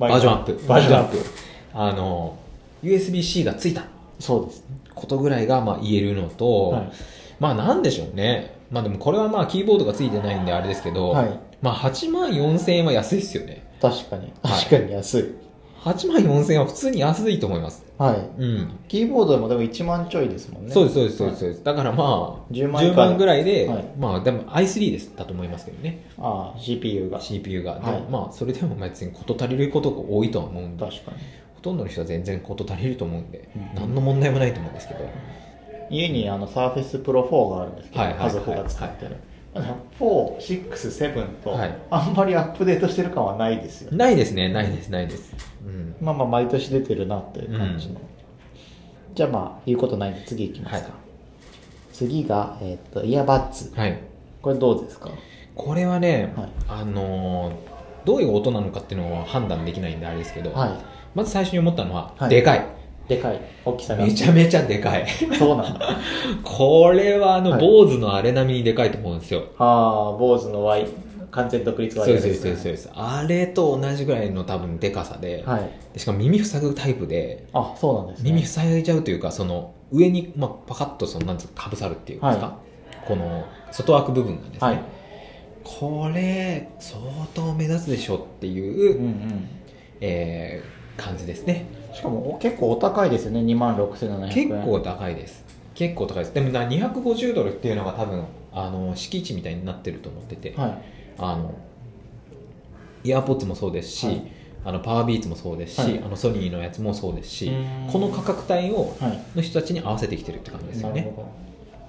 [SPEAKER 1] バージョンアップ
[SPEAKER 2] バージョンアッ
[SPEAKER 1] バ
[SPEAKER 2] プ
[SPEAKER 1] ーあの USB-C がついた
[SPEAKER 2] そうですね
[SPEAKER 1] ことぐらいがまあ言えるのと、
[SPEAKER 2] はい
[SPEAKER 1] まあなんでしょうねまあでもこれはまあキーボードがついてないんであれですけど、
[SPEAKER 2] はい
[SPEAKER 1] まあ8万4000円は安いですよね
[SPEAKER 2] 確かに
[SPEAKER 1] はい
[SPEAKER 2] 確かに安い、
[SPEAKER 1] 8万4000円は普通に安いと思います
[SPEAKER 2] はい
[SPEAKER 1] うん、
[SPEAKER 2] キーボードもでも1万ちょいですもんね
[SPEAKER 1] そうですそうですそうですそうですだからまあ
[SPEAKER 2] 10万
[SPEAKER 1] 10万ぐらいで、
[SPEAKER 2] はい
[SPEAKER 1] まあでも i3 ですだと思いますけどね
[SPEAKER 2] ああ CPU が
[SPEAKER 1] CPU が、で
[SPEAKER 2] はい
[SPEAKER 1] まあそれでも別に事足りることが多いとは思うんで
[SPEAKER 2] 確かに
[SPEAKER 1] ほとんどの人は全然事足りると思うんで、
[SPEAKER 2] うん
[SPEAKER 1] 何の問題もないと思うんですけど、
[SPEAKER 2] 家にあの Surface Pro 4があるんですけど、
[SPEAKER 1] はいはいはい
[SPEAKER 2] 家族が使ってる、4、6、7と、
[SPEAKER 1] はい
[SPEAKER 2] あんまりアップデートしてる感はないですよね
[SPEAKER 1] ないですねないですないです、うん、
[SPEAKER 2] まあまあ毎年出てるなっていう感じの、じゃあまあ言うことないんで次いきますか、
[SPEAKER 1] は
[SPEAKER 2] 次が、えっとイヤバッツ
[SPEAKER 1] はい
[SPEAKER 2] これどうですか
[SPEAKER 1] これはね、
[SPEAKER 2] はい
[SPEAKER 1] あのーどういう音なのかっていうのは判断できないんであれですけど、
[SPEAKER 2] は
[SPEAKER 1] まず最初に思ったのは、
[SPEAKER 2] はい
[SPEAKER 1] でかい
[SPEAKER 2] いでかい大きさが
[SPEAKER 1] めちゃめちゃでかい
[SPEAKER 2] そうなんだ
[SPEAKER 1] これはあの
[SPEAKER 2] はい
[SPEAKER 1] 坊主のあれ並みにでかいと思うんですよ、
[SPEAKER 2] ああ坊主の Y 完全独立
[SPEAKER 1] そう
[SPEAKER 2] Y
[SPEAKER 1] で
[SPEAKER 2] ですす、
[SPEAKER 1] そう
[SPEAKER 2] ね、
[SPEAKER 1] ですそうですあれと同じぐらいの多分でかさで、
[SPEAKER 2] はい
[SPEAKER 1] でしかも耳塞ぐタイプで
[SPEAKER 2] あそうなんですね
[SPEAKER 1] 耳塞いじゃうというかその上に、まあ、パカッとそのなんつうかかぶさるっていうんですか、
[SPEAKER 2] は
[SPEAKER 1] この外枠部分がですね、
[SPEAKER 2] はい
[SPEAKER 1] これ相当目立つでしょっていう、
[SPEAKER 2] うんうん
[SPEAKER 1] えー感じですね
[SPEAKER 2] しかもお結構お高いですよね2万6700円
[SPEAKER 1] 結構高いです結構高いですでもな250ドルっていうのが多分あの敷地みたいになってると思ってて、
[SPEAKER 2] は
[SPEAKER 1] あのイヤーポッツもそうですし、
[SPEAKER 2] はい
[SPEAKER 1] あのパワービーツもそうですし、
[SPEAKER 2] はい
[SPEAKER 1] あのソニーのやつもそうです
[SPEAKER 2] い
[SPEAKER 1] し、この価格帯を
[SPEAKER 2] はい
[SPEAKER 1] の人たちに合わせてきてるって感じですよ
[SPEAKER 2] なる
[SPEAKER 1] ね
[SPEAKER 2] ほど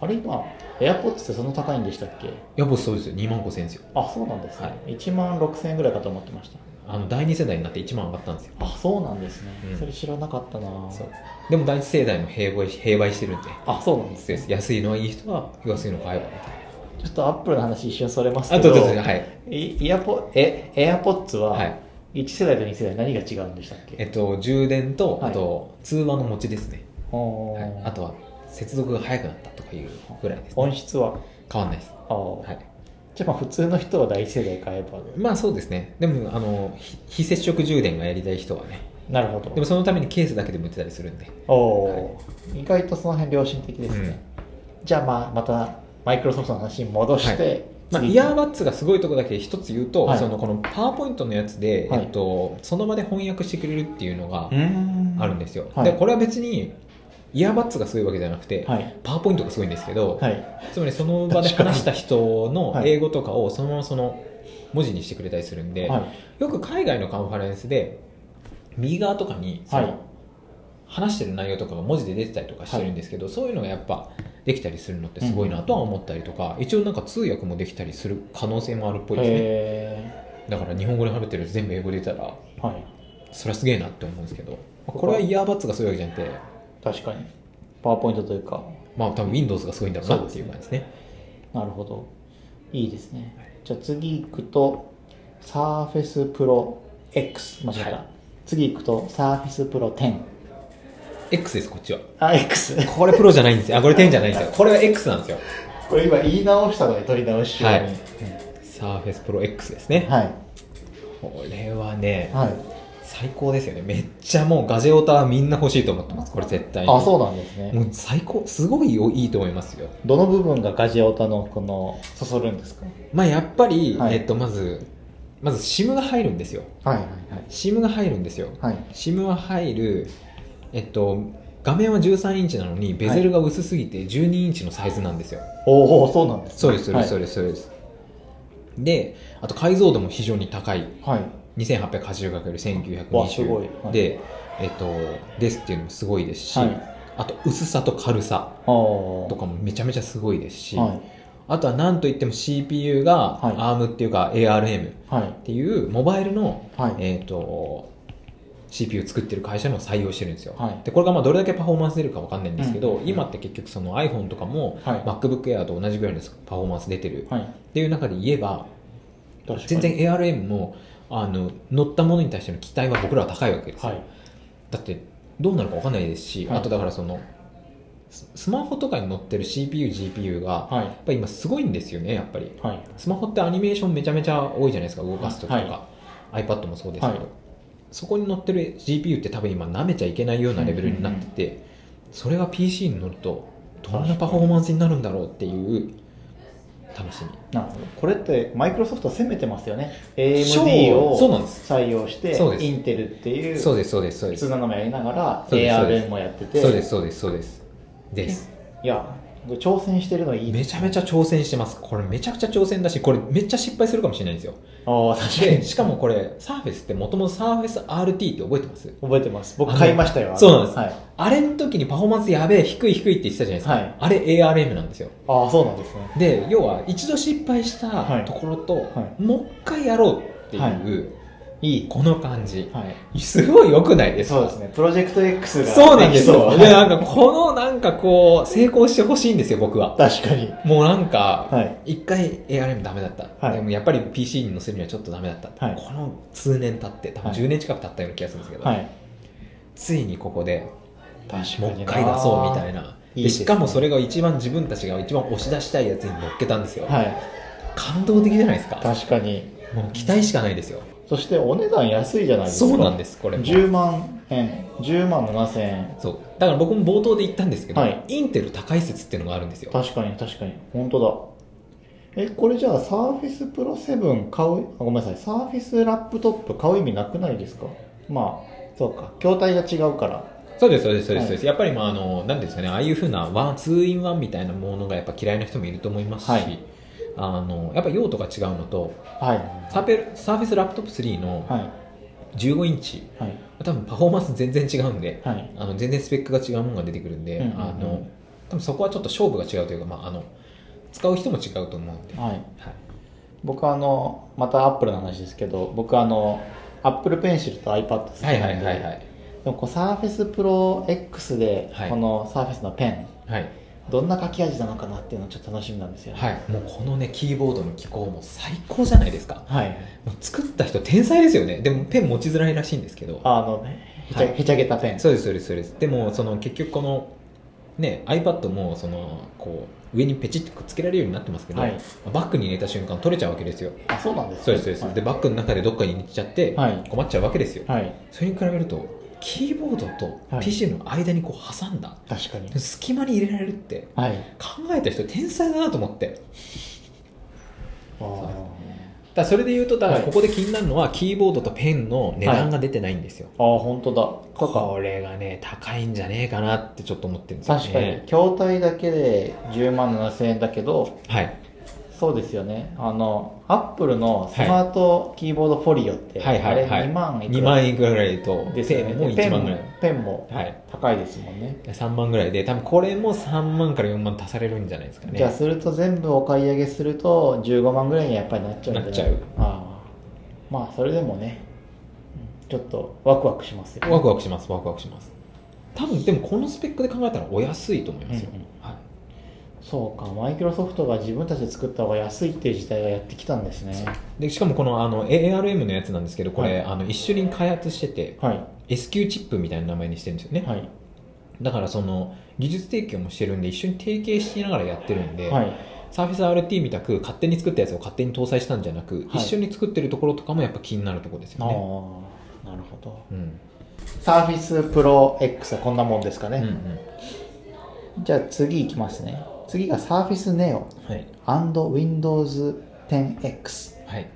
[SPEAKER 2] あれ今エアポッツってそんな高いんでしたっけ
[SPEAKER 1] イヤーポッツそうですよ2万5000円ですよ
[SPEAKER 2] あそうなんですね、
[SPEAKER 1] はい
[SPEAKER 2] 1万6000円ぐらいかと思ってました
[SPEAKER 1] あの第2世代になって1万上がったんですよ
[SPEAKER 2] あそうなんですね、
[SPEAKER 1] うん
[SPEAKER 2] それ知らなかったな
[SPEAKER 1] そうでも第一世代も併売し併売してるんで
[SPEAKER 2] あそうなんです
[SPEAKER 1] そうで
[SPEAKER 2] ね
[SPEAKER 1] す安いのはいい人は安いの買えばみたい
[SPEAKER 2] ちょっとアップルの話一瞬それます
[SPEAKER 1] な
[SPEAKER 2] け
[SPEAKER 1] あと
[SPEAKER 2] ど
[SPEAKER 1] ととはい、
[SPEAKER 2] いイヤポえエアポッツ
[SPEAKER 1] は、
[SPEAKER 2] はい1世代と2世代何が違うんでしたっけ、
[SPEAKER 1] えっと充電と
[SPEAKER 2] はい
[SPEAKER 1] あと通話の持ちですね、
[SPEAKER 2] おー
[SPEAKER 1] はい、あとは接続が早くなったとかいうぐらいです、ね、
[SPEAKER 2] 音質は
[SPEAKER 1] 変わんないです、
[SPEAKER 2] あー、
[SPEAKER 1] はい、
[SPEAKER 2] じゃあまあ普通の人は第一世代買えば
[SPEAKER 1] まあそうですねでもあの非非接触充電がやりたい人はね
[SPEAKER 2] なるほど
[SPEAKER 1] でもそのためにケースだけでも売ってたりするんで
[SPEAKER 2] おおー、意外とその辺良心的ですね、じゃあまあまたマイクロソフトの話に戻して、
[SPEAKER 1] まあ、
[SPEAKER 2] 次
[SPEAKER 1] イヤーバッツがすごいとこだけ一つ言うと、
[SPEAKER 2] はい
[SPEAKER 1] そのこのパワーポイントのやつで、
[SPEAKER 2] はい
[SPEAKER 1] えっと、その場で翻訳してくれるっていうのが
[SPEAKER 2] うーん
[SPEAKER 1] あるんですよ、
[SPEAKER 2] はい
[SPEAKER 1] でこれは別にイヤーバッツがすごいわけじゃなくて、
[SPEAKER 2] はい
[SPEAKER 1] パワーポイントがすごいんですけど、
[SPEAKER 2] はい
[SPEAKER 1] つまりその場で話した人の
[SPEAKER 2] はい
[SPEAKER 1] 英語とかをそのままその文字にしてくれたりするんで、
[SPEAKER 2] はい
[SPEAKER 1] よく海外のカンファレンスで右側とかにその、
[SPEAKER 2] はい
[SPEAKER 1] 話してる内容とかが文字で出てたりとかしてるんですけど、そういうのがやっぱできたりするのってすごいなとは思ったりとか、一応なんか通訳もできたりする可能性もあるっぽいですね、
[SPEAKER 2] え
[SPEAKER 1] だから日本語で喋ってるやつ全部英語で出たら
[SPEAKER 2] ーはい
[SPEAKER 1] そりゃすげえなって思うんですけどこれはイヤーバッツがそういうわけじゃなくて
[SPEAKER 2] 確かにパワーポイントというか
[SPEAKER 1] まあ多分 Windows がすごいんだろうなっていう感じですね
[SPEAKER 2] なるほどいいですねじゃあ次行くと Surface Pro X 間違えた、
[SPEAKER 1] はい
[SPEAKER 2] 次行くと Surface Pro 10
[SPEAKER 1] X ですこっちは
[SPEAKER 2] あ X
[SPEAKER 1] これプロじゃないんですよあこれ10じゃないんですよこれは X なんですよ
[SPEAKER 2] これ今言い直したので取り直しように
[SPEAKER 1] はいサーフェスプロ X ですね、
[SPEAKER 2] はい
[SPEAKER 1] これはね
[SPEAKER 2] はい、
[SPEAKER 1] 最高ですよねめっちゃもうガジェオタはみんな欲しいと思ってますこれ絶対に
[SPEAKER 2] あそうなんですね
[SPEAKER 1] もう最高すごいよいいと思いますよ
[SPEAKER 2] どの部分がガジオタのこのそそるんですか
[SPEAKER 1] まあやっぱり、
[SPEAKER 2] はい
[SPEAKER 1] えっとまずまず SIM が入るんですよ
[SPEAKER 2] はいはい
[SPEAKER 1] SIM が入るんですよ
[SPEAKER 2] はいはい
[SPEAKER 1] SIM は入るえっと画面は13インチなのにベゼルが薄すぎて12インチのサイズなんですよ、
[SPEAKER 2] おおそうなんです
[SPEAKER 1] そうですそうですそう
[SPEAKER 2] はい
[SPEAKER 1] ですそうです、であと解像度も非常に高い
[SPEAKER 2] はい
[SPEAKER 1] 2880×1920
[SPEAKER 2] わすごいはい
[SPEAKER 1] で、えっと、ですっていうのもすごいですし、
[SPEAKER 2] はい
[SPEAKER 1] あと薄さと軽さ
[SPEAKER 2] あー
[SPEAKER 1] とかもめちゃめちゃすごいですし、
[SPEAKER 2] はい
[SPEAKER 1] あとは何といっても CPU が
[SPEAKER 2] はい
[SPEAKER 1] ARM っていうか ARM っ
[SPEAKER 2] はい
[SPEAKER 1] ていうモバイルの、
[SPEAKER 2] はい
[SPEAKER 1] えっと CPU 作ってる会社の採用してるんですよ、
[SPEAKER 2] はい
[SPEAKER 1] でこれがまあどれだけパフォーマンス出るかわかんないんですけど、
[SPEAKER 2] うん
[SPEAKER 1] 今って結局その iPhone とかも
[SPEAKER 2] はい
[SPEAKER 1] MacBookAir と同じぐらいのパフォーマンス出てる
[SPEAKER 2] はい
[SPEAKER 1] っていう中で言えば
[SPEAKER 2] 確かに
[SPEAKER 1] 全然 ARM もあの乗ったものに対しての期待は僕らは高いわけですよ、
[SPEAKER 2] はい
[SPEAKER 1] だってどうなるか分かんないですし、
[SPEAKER 2] はい
[SPEAKER 1] あとだからそのススマホとかに乗ってる CPU、GPU がやっ
[SPEAKER 2] はい
[SPEAKER 1] ぱり今すごいんですよね、やっぱり
[SPEAKER 2] はい
[SPEAKER 1] スマホってアニメーションめちゃめちゃ多いじゃないですか動かす時とか、
[SPEAKER 2] は
[SPEAKER 1] iPad もそうですけど、
[SPEAKER 2] はい
[SPEAKER 1] そこに乗ってる GPU って多分今舐めちゃいけないようなレベルになってて、それが PC に乗るとどんなパフォーマンスになるんだろうっていう楽しみ
[SPEAKER 2] なるほどこれってマイクロソフトは攻めてますよね
[SPEAKER 1] そう
[SPEAKER 2] AMD
[SPEAKER 1] そう
[SPEAKER 2] を
[SPEAKER 1] なんです
[SPEAKER 2] 採用して
[SPEAKER 1] そうです
[SPEAKER 2] インテルっていう
[SPEAKER 1] そうですそうですそう
[SPEAKER 2] 普
[SPEAKER 1] で
[SPEAKER 2] 通
[SPEAKER 1] す
[SPEAKER 2] なのもやりながら
[SPEAKER 1] そうですそうです
[SPEAKER 2] ARM もやってて
[SPEAKER 1] そうですそうですそうですです
[SPEAKER 2] いや挑戦してるのいい
[SPEAKER 1] めちゃめちゃ挑戦してますこれめちゃくちゃ挑戦だしこれめっちゃ失敗するかもしれないんですよ
[SPEAKER 2] ああ確か
[SPEAKER 1] で
[SPEAKER 2] に
[SPEAKER 1] しかもこれサーフェスってもともとサーフェス RT って覚えてます
[SPEAKER 2] 覚えてます僕買いましたよ
[SPEAKER 1] そうなんです
[SPEAKER 2] はい、
[SPEAKER 1] あれの時にパフォーマンスやべえ低い低いって言ってたじゃないですか、
[SPEAKER 2] はい
[SPEAKER 1] あれ ARM なんですよ
[SPEAKER 2] ああそうなんですね
[SPEAKER 1] で要は一度失敗し
[SPEAKER 2] は
[SPEAKER 1] た
[SPEAKER 2] い
[SPEAKER 1] ところと、
[SPEAKER 2] は
[SPEAKER 1] もう一回やろうっていう、、
[SPEAKER 2] はい
[SPEAKER 1] いこの感じ
[SPEAKER 2] はい
[SPEAKER 1] すごい良くないですか
[SPEAKER 2] そうですね、プロジェクト X が
[SPEAKER 1] そうなんですよ
[SPEAKER 2] きそう
[SPEAKER 1] でなんかこのなんかこう成功してほしいんですよ僕は
[SPEAKER 2] 確かに。
[SPEAKER 1] もうなんか
[SPEAKER 2] はい。
[SPEAKER 1] 一回 ARM ダメだった、
[SPEAKER 2] はい
[SPEAKER 1] でもやっぱり PC に載せるにはちょっとダメだった、
[SPEAKER 2] はい
[SPEAKER 1] この数年経って多分
[SPEAKER 2] はい
[SPEAKER 1] 10年近く経ったような気がするんですけど、
[SPEAKER 2] はい。
[SPEAKER 1] ついにここで
[SPEAKER 2] 確
[SPEAKER 1] もう一回出そうみたい
[SPEAKER 2] な。
[SPEAKER 1] ないで
[SPEAKER 2] いです
[SPEAKER 1] し
[SPEAKER 2] ね
[SPEAKER 1] かもそれが一番自分たちが一番押し出したいやつに乗っけたんですよ、
[SPEAKER 2] はい。
[SPEAKER 1] 感動的じゃないですか
[SPEAKER 2] 確かに。
[SPEAKER 1] もう期待しかないですよ
[SPEAKER 2] そしてお値段安いじゃないですか。
[SPEAKER 1] そうなんですこれも
[SPEAKER 2] 10万円10万7000円
[SPEAKER 1] そうだから僕も冒頭で言ったんですけど、
[SPEAKER 2] はい
[SPEAKER 1] インテル高い説っていうのがあるんですよ
[SPEAKER 2] 確かに確かに本当だえこれじゃあサーフェスプロ7買うあごめんなさいサーフェスラップトップ買う意味なくないですかまあそうか筐体が違うから
[SPEAKER 1] そうですそうですそうです、
[SPEAKER 2] はい
[SPEAKER 1] そうですやっぱりまああのなんですかねああいうふうなワンツーインワンみたいなものがやっぱ嫌いな人もいると思いますし、
[SPEAKER 2] はい
[SPEAKER 1] あのやっぱ用途が違うのと
[SPEAKER 2] はい
[SPEAKER 1] サーフェサーフェスラップトップ3の
[SPEAKER 2] はい
[SPEAKER 1] 15インチ
[SPEAKER 2] はい
[SPEAKER 1] 多分パフォーマンス全然違うんで
[SPEAKER 2] はい
[SPEAKER 1] あの全然スペックが違うものが出てくるんで、
[SPEAKER 2] うんうんうん
[SPEAKER 1] あの多分そこはちょっと勝負が違うというか、まあ、あの使う人も違うと思うんで、はい
[SPEAKER 2] はい僕あのまたアップルの話ですけど僕あのアップルペンシルと iPad 好き
[SPEAKER 1] はいは
[SPEAKER 2] なん
[SPEAKER 1] い
[SPEAKER 2] で
[SPEAKER 1] はいはい
[SPEAKER 2] でもこうサーフェスプロ X で
[SPEAKER 1] はい
[SPEAKER 2] このサーフェスのペン、
[SPEAKER 1] はい、
[SPEAKER 2] どんな書き味なのかなっていうのをちょっと楽しみなんですよね
[SPEAKER 1] はい、もうこのねキーボードの機構も最高じゃないですか
[SPEAKER 2] はい、
[SPEAKER 1] もう作った人天才ですよねでもペン持ちづらいらしいんですけど
[SPEAKER 2] あのへちゃ,、
[SPEAKER 1] はい
[SPEAKER 2] へちゃげたペン
[SPEAKER 1] そうですそうですそうですでもその結局このね iPad もそのこう上にペチッとくっつけられるようになってますけど、
[SPEAKER 2] はい
[SPEAKER 1] バッグに入れた瞬間取れちゃうわけですよ
[SPEAKER 2] あそうなんですね
[SPEAKER 1] そうですそうです、
[SPEAKER 2] はい
[SPEAKER 1] でバッグの中でどっかに入れちゃって
[SPEAKER 2] はい
[SPEAKER 1] 困っちゃうわけですよ、
[SPEAKER 2] はい
[SPEAKER 1] それに比べるとキーボードと
[SPEAKER 2] はい
[SPEAKER 1] PC の間にこう挟んだ、
[SPEAKER 2] 確かに
[SPEAKER 1] 隙間に入れられるって
[SPEAKER 2] はい
[SPEAKER 1] 考えた人天才だなと思って
[SPEAKER 2] あー
[SPEAKER 1] だからそれで言うとだから
[SPEAKER 2] はい
[SPEAKER 1] ここで気になるのはキーボードとペンの値段が出てないんですよ、
[SPEAKER 2] あー本当だ
[SPEAKER 1] これがね高いんじゃねえかなってちょっと思ってるんですよね
[SPEAKER 2] 確かに筐体だけで10万7000円だけど
[SPEAKER 1] はい、
[SPEAKER 2] そうですよねあのアップルのスマートキーボードフォリオって、
[SPEAKER 1] はいはいはい
[SPEAKER 2] あれ2万いくら
[SPEAKER 1] 2万円ぐらいと
[SPEAKER 2] ですよ
[SPEAKER 1] ペ
[SPEAKER 2] ね
[SPEAKER 1] ンも
[SPEAKER 2] ペ
[SPEAKER 1] 1
[SPEAKER 2] ン
[SPEAKER 1] 万ぐら
[SPEAKER 2] も
[SPEAKER 1] い
[SPEAKER 2] ペンも
[SPEAKER 1] はい
[SPEAKER 2] 高いですもんね
[SPEAKER 1] 3万ぐらいで多分これも3万から4万足されるんじゃないですかね
[SPEAKER 2] じゃあすると全部お買い上げすると15万ぐらいにやっぱりなっちゃうん
[SPEAKER 1] な
[SPEAKER 2] で
[SPEAKER 1] っちゃう
[SPEAKER 2] ああまあそれでもねうんちょっとワクワクしますよ
[SPEAKER 1] ワクワクしますワクワクします多分でもこのスペックで考えたらお安いと思いますよ、
[SPEAKER 2] うんうん
[SPEAKER 1] はい、
[SPEAKER 2] そうかマイクロソフトが自分たちで作った方が安いっていう時代がやってきたんですね
[SPEAKER 1] でしかもこのあの ARM のやつなんですけどこれ、
[SPEAKER 2] はい
[SPEAKER 1] あの一種類開発してて
[SPEAKER 2] はい
[SPEAKER 1] S q チップみたいな名前にしてるんですよね、
[SPEAKER 2] はい
[SPEAKER 1] だからその技術提供もしてるんで一緒に提携しながらやってるんで、
[SPEAKER 2] はい
[SPEAKER 1] サーフェス RT みたく勝手に作ったやつを勝手に搭載したんじゃなく、
[SPEAKER 2] はい
[SPEAKER 1] 一緒に作ってるところとかもやっぱ気になるところです
[SPEAKER 2] あ
[SPEAKER 1] よ
[SPEAKER 2] あ
[SPEAKER 1] ね、
[SPEAKER 2] なるほど
[SPEAKER 1] うん
[SPEAKER 2] サーフィスプロ X はこんなもんですか
[SPEAKER 1] うんう
[SPEAKER 2] ね、
[SPEAKER 1] ん
[SPEAKER 2] じゃあ次いきますね次がサーフィスネオ
[SPEAKER 1] はい、
[SPEAKER 2] Windows 10X
[SPEAKER 1] はい、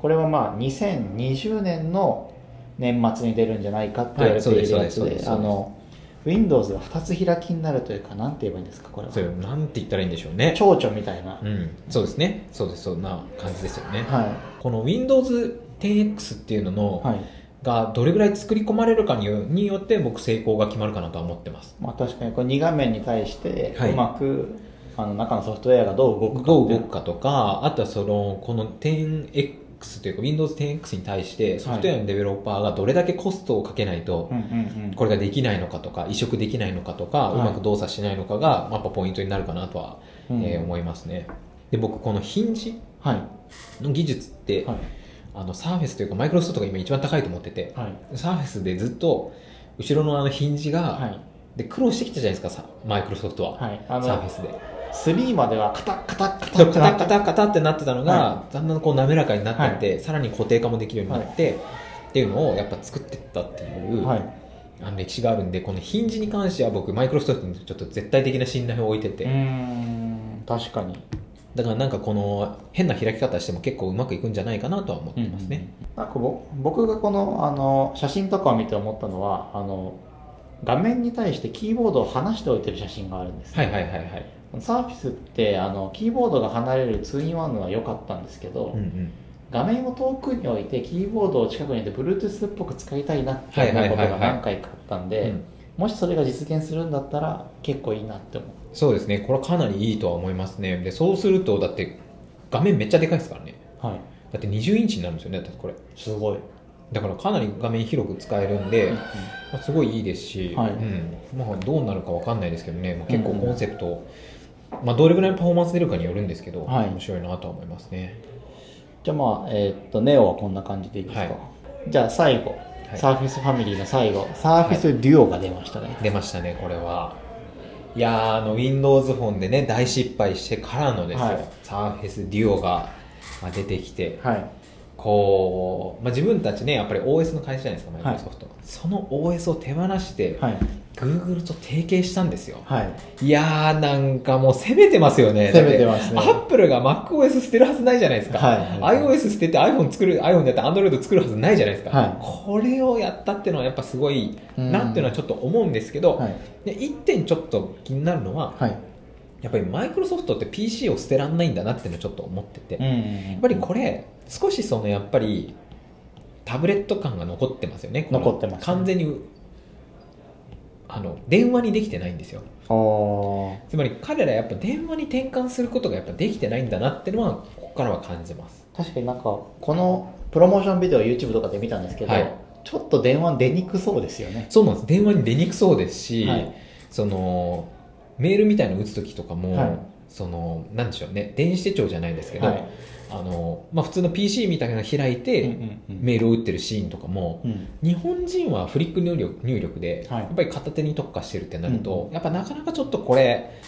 [SPEAKER 2] これはまあ2020年の年末に出るんじゃないかって言われて
[SPEAKER 1] はい
[SPEAKER 2] いるやつ
[SPEAKER 1] そうですそうで
[SPEAKER 2] ですあの Windows が2つ開きになるというかなんて言えばいいんですかこれは
[SPEAKER 1] それなんて言ったらいいんでしょうね
[SPEAKER 2] 蝶々みたいな、
[SPEAKER 1] うんそうですねそうですそんな感じですよね、
[SPEAKER 2] は
[SPEAKER 1] この Windows10X っていうのの、
[SPEAKER 2] いはい
[SPEAKER 1] がどれぐらい作り込まれるかによによって僕成功が決まるかなとは思ってます
[SPEAKER 2] まあ確かにこれ2画面に対して
[SPEAKER 1] はいう
[SPEAKER 2] まく、あの中のソフトウェアがどう動くか
[SPEAKER 1] どう
[SPEAKER 2] ってい
[SPEAKER 1] 動くかとかあとはそのこの 10X というか Windows10X に対してソフトウェアのデベロッパーがどれだけコストをかけないと
[SPEAKER 2] うんうんうん
[SPEAKER 1] これができないのかとか移植できないのかとか、
[SPEAKER 2] はいう
[SPEAKER 1] まく動作しないのかがやっぱポイントになるかなとは、
[SPEAKER 2] うん
[SPEAKER 1] えー思いますねで僕このヒンジ
[SPEAKER 2] はい
[SPEAKER 1] の技術って、
[SPEAKER 2] はい
[SPEAKER 1] あのサーフェスというかマイクロソフトが今一番高いと思ってて
[SPEAKER 2] はい
[SPEAKER 1] サーフェスでずっと後ろのあのヒンジが、
[SPEAKER 2] はい
[SPEAKER 1] で苦労してきたじゃないですかさマイクロソフトは、
[SPEAKER 2] はいあ
[SPEAKER 1] サーフェ
[SPEAKER 2] の
[SPEAKER 1] スで
[SPEAKER 2] 3まではカタッカタッカ
[SPEAKER 1] カ
[SPEAKER 2] タ
[SPEAKER 1] タ
[SPEAKER 2] ッカタ
[SPEAKER 1] カ
[SPEAKER 2] ッ
[SPEAKER 1] タカタってなってたのが、
[SPEAKER 2] は
[SPEAKER 1] だんだんこう滑らかになってって、さらに固定化もできるようになって、っていうのをやっぱ作ってったっていう、
[SPEAKER 2] はい
[SPEAKER 1] あの歴史があるんでこのヒンジに関しては僕マイクロソフトにちょっと絶対的な信頼を置いてて、
[SPEAKER 2] うーん確かに
[SPEAKER 1] だからなんかこの変な開き方しても結構うまくいくんじゃないかなとは思ってますね、
[SPEAKER 2] なんかぼ僕がこのあの写真とかを見て思ったのはあの画面に対してキーボードを離しておいてる写真があるんです、
[SPEAKER 1] はいはいはいはい、
[SPEAKER 2] サーフィスってあのキーボードが離れる 2in1 は良かったんですけど、
[SPEAKER 1] うんうん、
[SPEAKER 2] 画面を遠くに置いてキーボードを近くに置いて Bluetooth っぽく使いたいなって
[SPEAKER 1] はい
[SPEAKER 2] 思
[SPEAKER 1] は
[SPEAKER 2] う
[SPEAKER 1] い
[SPEAKER 2] こ
[SPEAKER 1] はいはい
[SPEAKER 2] とが何回かあったんで、
[SPEAKER 1] うん
[SPEAKER 2] もしそれが実現するんだったら結構いいなって思う
[SPEAKER 1] そうですねこれはかなりいいとは思いますねでそうするとだって画面めっちゃでかいですからね
[SPEAKER 2] はい
[SPEAKER 1] だって20インチになるんですよねだってこれ
[SPEAKER 2] すごい、
[SPEAKER 1] だからかなり画面広く使えるんで、
[SPEAKER 2] うん
[SPEAKER 1] まあ、すごいいいですし、
[SPEAKER 2] はい
[SPEAKER 1] うんまあ、どうなるかわかんないですけどね、まあ、結構コンセプト、まあ、どれぐらいのパフォーマンス出るかによるんですけど、
[SPEAKER 2] はい
[SPEAKER 1] 面白いなとは思いますね
[SPEAKER 2] じゃあまあえーっとネオはこんな感じでいいですか、
[SPEAKER 1] は
[SPEAKER 2] じゃあ最後
[SPEAKER 1] はい
[SPEAKER 2] サーフィスファミリーの最後、サーフィスデュオが出ましたね、
[SPEAKER 1] 出ましたねこれはいやーあの Windows フォンでね大失敗してからのですよ、
[SPEAKER 2] はい
[SPEAKER 1] サーフェスデュオがまあ出てきて
[SPEAKER 2] はい、
[SPEAKER 1] こう、まあ、自分たちねやっぱり OS の会社じゃないですかマイクロソフト、その OS を手放して、
[SPEAKER 2] はい
[SPEAKER 1] Google と提携したんですよ
[SPEAKER 2] はい
[SPEAKER 1] いやーなんかもう攻めてますよね
[SPEAKER 2] 攻めてますね
[SPEAKER 1] アップルが MacOS 捨てるはずないじゃないですか、
[SPEAKER 2] はい
[SPEAKER 1] iOS 捨てて iPhone 作る iPhone だって Android 作るはずないじゃないですか、
[SPEAKER 2] はい
[SPEAKER 1] これをやったっていうのはやっぱすごいなっていうのはちょっと思うんですけど、
[SPEAKER 2] はい
[SPEAKER 1] で1点ちょっと気になるのは
[SPEAKER 2] はい
[SPEAKER 1] やっぱりマイクロソフトって PC を捨てらんないんだなっていうのをちょっと思ってて、
[SPEAKER 2] うん
[SPEAKER 1] や
[SPEAKER 2] や
[SPEAKER 1] っぱりこれ少しそのやっぱりタブレット感が残ってますよねこの
[SPEAKER 2] 残ってますね
[SPEAKER 1] 完全にあの電話にできてないんですよ
[SPEAKER 2] あー
[SPEAKER 1] つまり彼らやっぱ電話に転換することがやっぱできてないんだなっていうのはここからは感じます
[SPEAKER 2] 確かになんかこのプロモーションビデオ YouTube とかで見たんですけど、
[SPEAKER 1] はい
[SPEAKER 2] ちょっと電話出にくそうですよね
[SPEAKER 1] そうなんです電話に出にくそうですし、
[SPEAKER 2] はい
[SPEAKER 1] そのメールみたいの打つ時とかも、
[SPEAKER 2] はい
[SPEAKER 1] そのなんでしょうね電子手帳じゃないですけど、
[SPEAKER 2] はい
[SPEAKER 1] あのまあ、普通の PC みたいなの開いて、メールを打ってるシーンとかも
[SPEAKER 2] うん
[SPEAKER 1] 日本人はフリック入力入力で、
[SPEAKER 2] はい
[SPEAKER 1] やっぱり片手に特化してるってなると、やっぱなかなかちょっとこれ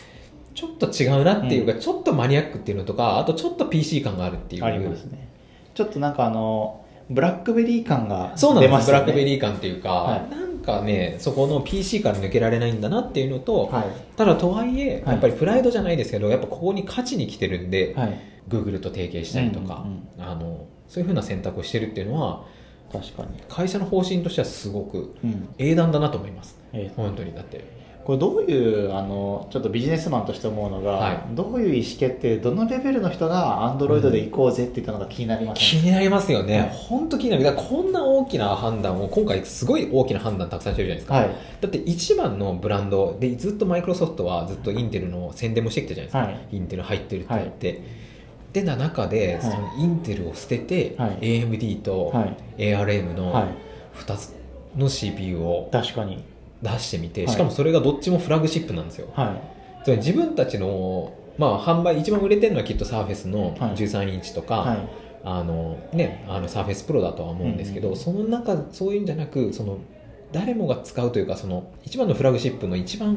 [SPEAKER 1] ちょっと違うなっていうか、ちょっとマニアックっていうのとかあとちょっと PC 感があるっていう
[SPEAKER 2] ありますねちょっとなんかあのブラックベリー感が
[SPEAKER 1] そうなん
[SPEAKER 2] 出
[SPEAKER 1] です、
[SPEAKER 2] ます
[SPEAKER 1] ブ
[SPEAKER 2] よね
[SPEAKER 1] ラックベリー感っていうか、
[SPEAKER 2] は
[SPEAKER 1] なんかねそこの PC から抜けられないんだなっていうのと、
[SPEAKER 2] はい
[SPEAKER 1] ただとはいえ
[SPEAKER 2] はい
[SPEAKER 1] やっぱりプライドじゃないですけどやっぱここに勝ちに来てるんで、
[SPEAKER 2] はい、
[SPEAKER 1] Google と提携したりとか
[SPEAKER 2] うんうん、
[SPEAKER 1] あのそういうふうな選択をしてるっていうのは
[SPEAKER 2] 確かに、
[SPEAKER 1] 会社の方針としてはすごく
[SPEAKER 2] うん
[SPEAKER 1] 英断だなと思います
[SPEAKER 2] えー
[SPEAKER 1] 本当にだって
[SPEAKER 2] これどういうあのちょっとビジネスマンとして思うのが、
[SPEAKER 1] は
[SPEAKER 2] どういう意思決定どのレベルの人がアンドロイドで行こうぜって言ったのが気になります
[SPEAKER 1] 気
[SPEAKER 2] ね、
[SPEAKER 1] になりますよね、
[SPEAKER 2] はい
[SPEAKER 1] 本当気になるだからこんな大きな判断を今回すごい大きな判断たくさんしてるじゃないですか、
[SPEAKER 2] はい
[SPEAKER 1] だって一番のブランドでずっとマイクロソフトはずっとインテルの宣伝もしてきたじゃないですか、
[SPEAKER 2] はい
[SPEAKER 1] インテル入ってるって言って、でな中で、
[SPEAKER 2] はい
[SPEAKER 1] そのインテルを捨てて、
[SPEAKER 2] はい
[SPEAKER 1] AMD と
[SPEAKER 2] は
[SPEAKER 1] ARM
[SPEAKER 2] い、
[SPEAKER 1] の
[SPEAKER 2] はい、
[SPEAKER 1] 2つの CPU を
[SPEAKER 2] 確かに
[SPEAKER 1] 出してみて、
[SPEAKER 2] はい
[SPEAKER 1] しかもそれがどっちもフラグシップなんですよ、
[SPEAKER 2] はい
[SPEAKER 1] つまり自分たちの、まあ、販売一番売れてるのはきっとサーフェスの
[SPEAKER 2] はい
[SPEAKER 1] 13インチとか、
[SPEAKER 2] はい
[SPEAKER 1] あのね、あのサーフェスプロだとは思うんですけど、
[SPEAKER 2] うんうん
[SPEAKER 1] その中そういうんじゃなくその誰もが使うというかその一番のフラグシップの一番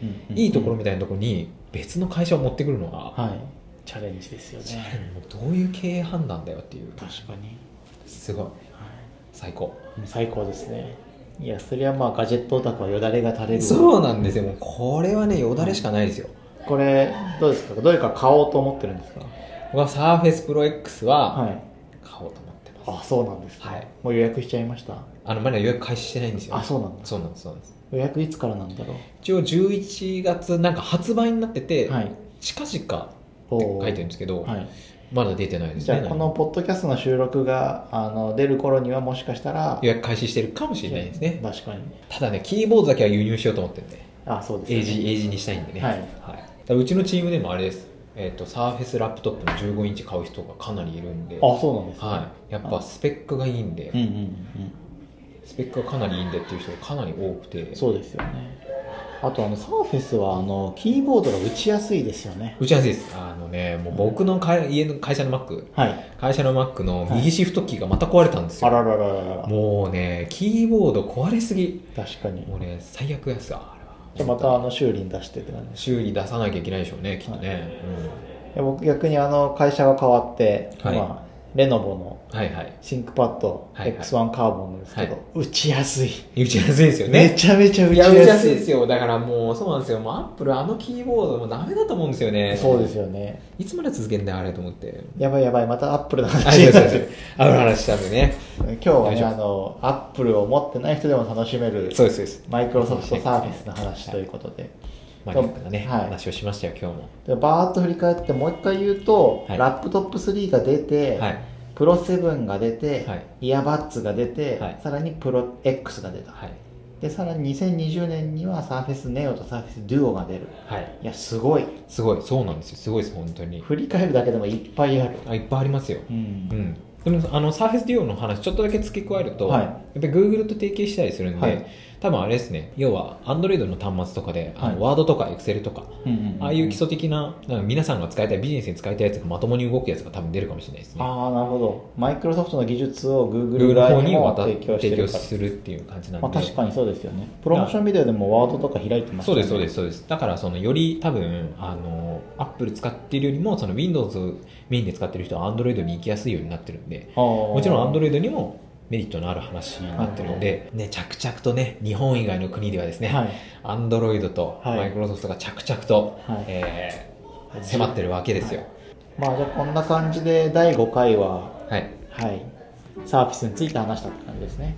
[SPEAKER 2] うんうん
[SPEAKER 1] いいところみたいなところに別の会社を持ってくるのが、
[SPEAKER 2] はいチャレンジですよね
[SPEAKER 1] もうどういう経営判断だよっていう
[SPEAKER 2] 確かに、
[SPEAKER 1] すごい最高
[SPEAKER 2] 最高ですねいやそれはまあガジェットオタクはよだれが垂れる
[SPEAKER 1] そうなんですよもうこれはねよだれしかないですよ、
[SPEAKER 2] これどうですかどれか買おうと思ってるんですか
[SPEAKER 1] 僕はサーフェスプロ X は
[SPEAKER 2] はい
[SPEAKER 1] 買おうと思ってます、
[SPEAKER 2] あそうなんですね
[SPEAKER 1] はい
[SPEAKER 2] もう予約しちゃいました
[SPEAKER 1] あのまだ予約開始してないんですよ
[SPEAKER 2] あそうなんだ
[SPEAKER 1] そうなんですそうなんです
[SPEAKER 2] 予約いつからなんだろ
[SPEAKER 1] 一応11月なんか発売になってて、
[SPEAKER 2] うはい
[SPEAKER 1] 近々って
[SPEAKER 2] おー
[SPEAKER 1] 書いてるんですけど、
[SPEAKER 2] はい、
[SPEAKER 1] まだ出てないですね
[SPEAKER 2] じゃあこのポッドキャストの収録があの出る頃にはもしかしたら
[SPEAKER 1] 予約開始してるかもしれないですね
[SPEAKER 2] 確かに
[SPEAKER 1] ただねキーボードだけは輸入しようと思ってるんで
[SPEAKER 2] あそうですよ
[SPEAKER 1] AG, AG にしたいんでね、
[SPEAKER 2] はい
[SPEAKER 1] だからうちのチームでもあれです、えっとサーフェスラップトップの15インチ買う人がかなりいるんで、
[SPEAKER 2] あそうなんですね
[SPEAKER 1] はい、やっぱスペックがいいんで、
[SPEAKER 2] うんうん
[SPEAKER 1] スペックがかなりいいんでっていう人がかなり多くて
[SPEAKER 2] うんそうですよねあとあのサーフェスはあのキーボードが打ちやすいですよね
[SPEAKER 1] 打ち合わせですあのねもう僕の会家の会社の Mac
[SPEAKER 2] はい
[SPEAKER 1] 会社の Mac の右シフトキーがまた壊れたんです
[SPEAKER 2] あ
[SPEAKER 1] よ、
[SPEAKER 2] ららららら
[SPEAKER 1] もうねキーボード壊れすぎ
[SPEAKER 2] 確かに
[SPEAKER 1] もうね最悪ですわあれは
[SPEAKER 2] じゃあまたあの修理に出してって感じです
[SPEAKER 1] 修理出さなきゃいけないでしょうねきっとね、
[SPEAKER 2] いや僕逆にあの会社が変わって、
[SPEAKER 1] はい
[SPEAKER 2] まあ、レノボの
[SPEAKER 1] うん、はいはい
[SPEAKER 2] シンクパッド
[SPEAKER 1] はいはい
[SPEAKER 2] X1 カーボンなんですけど、
[SPEAKER 1] はい
[SPEAKER 2] 打ちやすい、
[SPEAKER 1] 打ちやすいですよ
[SPEAKER 2] め
[SPEAKER 1] ね
[SPEAKER 2] ちゃめちゃ打
[SPEAKER 1] い
[SPEAKER 2] ちや
[SPEAKER 1] や
[SPEAKER 2] す
[SPEAKER 1] 打
[SPEAKER 2] い
[SPEAKER 1] ちやすいですよだからもうそうなんですよもうアップルあのキーボードもうダメだと思うんですよね
[SPEAKER 2] そうですよね
[SPEAKER 1] いつまで続けんだよあれと思 って
[SPEAKER 2] やばいやばいまたアップルの
[SPEAKER 1] あ
[SPEAKER 2] 話
[SPEAKER 1] り
[SPEAKER 2] に
[SPEAKER 1] がと
[SPEAKER 2] な
[SPEAKER 1] う
[SPEAKER 2] っ
[SPEAKER 1] ござい
[SPEAKER 2] てる
[SPEAKER 1] ますある話したんでね
[SPEAKER 2] 今日は
[SPEAKER 1] 大
[SPEAKER 2] ね
[SPEAKER 1] 丈夫
[SPEAKER 2] あのアップルを持ってない人でも楽しめる
[SPEAKER 1] そうですそうです
[SPEAKER 2] マイクロソフトサービスの話ということで、
[SPEAKER 1] マニアックなね、
[SPEAKER 2] はい
[SPEAKER 1] 話をしましたよ今日も
[SPEAKER 2] でバーッと振り返ってもう一回言うと、
[SPEAKER 1] はい
[SPEAKER 2] ラップトップ3が出て、
[SPEAKER 1] はい
[SPEAKER 2] プロ7が出て、
[SPEAKER 1] はい
[SPEAKER 2] イヤーバッツが出て、
[SPEAKER 1] はい
[SPEAKER 2] さらにプロ X が出た、
[SPEAKER 1] はい
[SPEAKER 2] でさらに2020年にはサーフェスネオとサーフェスデュオが出る
[SPEAKER 1] はい
[SPEAKER 2] いやすごい
[SPEAKER 1] すごいそうなんですよすごいです本当に
[SPEAKER 2] 振り返るだけでもいっぱいある
[SPEAKER 1] あいっぱいありますよ
[SPEAKER 2] うん
[SPEAKER 1] うん、でもあのサーフェスデュオの話ちょっとだけ付け加えると、
[SPEAKER 2] はい
[SPEAKER 1] やっぱり Google と提携したりするんで、
[SPEAKER 2] はい
[SPEAKER 1] 多分あれですね要は Android の端末とかであの
[SPEAKER 2] は
[SPEAKER 1] Word とか Excel とか
[SPEAKER 2] うんうんうん
[SPEAKER 1] ああいう基礎的ななんか皆さんが使いたいビジネスに使いたいやつがまともに動くやつが多分出るかもしれないですね
[SPEAKER 2] ああなるほどマイクロソフトの技術を
[SPEAKER 1] の
[SPEAKER 2] Google 側
[SPEAKER 1] 方
[SPEAKER 2] に
[SPEAKER 1] に
[SPEAKER 2] も
[SPEAKER 1] 渡っ
[SPEAKER 2] 提供して
[SPEAKER 1] 提
[SPEAKER 2] る
[SPEAKER 1] 供
[SPEAKER 2] から
[SPEAKER 1] するっていう感じなんで、
[SPEAKER 2] まあ、確かにそうですよねプロモーションビデオでもワードとか開いてます
[SPEAKER 1] そうですそうですすそうですだからそのより多分あの Apple 使っているよりもその Windows をメインで使ってる人は Android に行きやすいようになってるんで
[SPEAKER 2] も
[SPEAKER 1] もちろん Android にもメリットのある話になってるので、ね、着々とね日本以外の国ではですね、
[SPEAKER 2] はい
[SPEAKER 1] Android と
[SPEAKER 2] はい
[SPEAKER 1] Microsoft が着々と、
[SPEAKER 2] はい
[SPEAKER 1] えー迫ってるわけですよ
[SPEAKER 2] まあじゃあこんな感じで第5回は
[SPEAKER 1] はい、
[SPEAKER 2] はいサービスについて話したって感じですね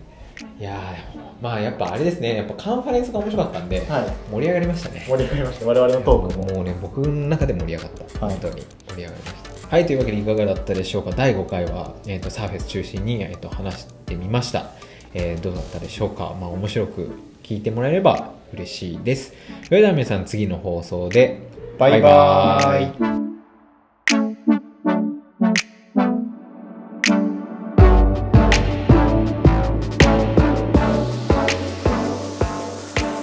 [SPEAKER 1] い、やーでもまあやっぱあれですねやっぱカンファレンスが面白かったんで、
[SPEAKER 2] はい
[SPEAKER 1] 盛り上がりましたね
[SPEAKER 2] 盛り上がりました我々のトークも
[SPEAKER 1] もうね僕の中で盛り上がった
[SPEAKER 2] はい
[SPEAKER 1] 本当に盛り上がりましたはいというわけでいかがだったでしょうか第5回は、えー、とサーフェス中心に、えー、と話してみました、えーどうだったでしょうかまあ面白く聞いてもらえれば嬉しいですそれでは皆さん次の放送で
[SPEAKER 2] バイバーイ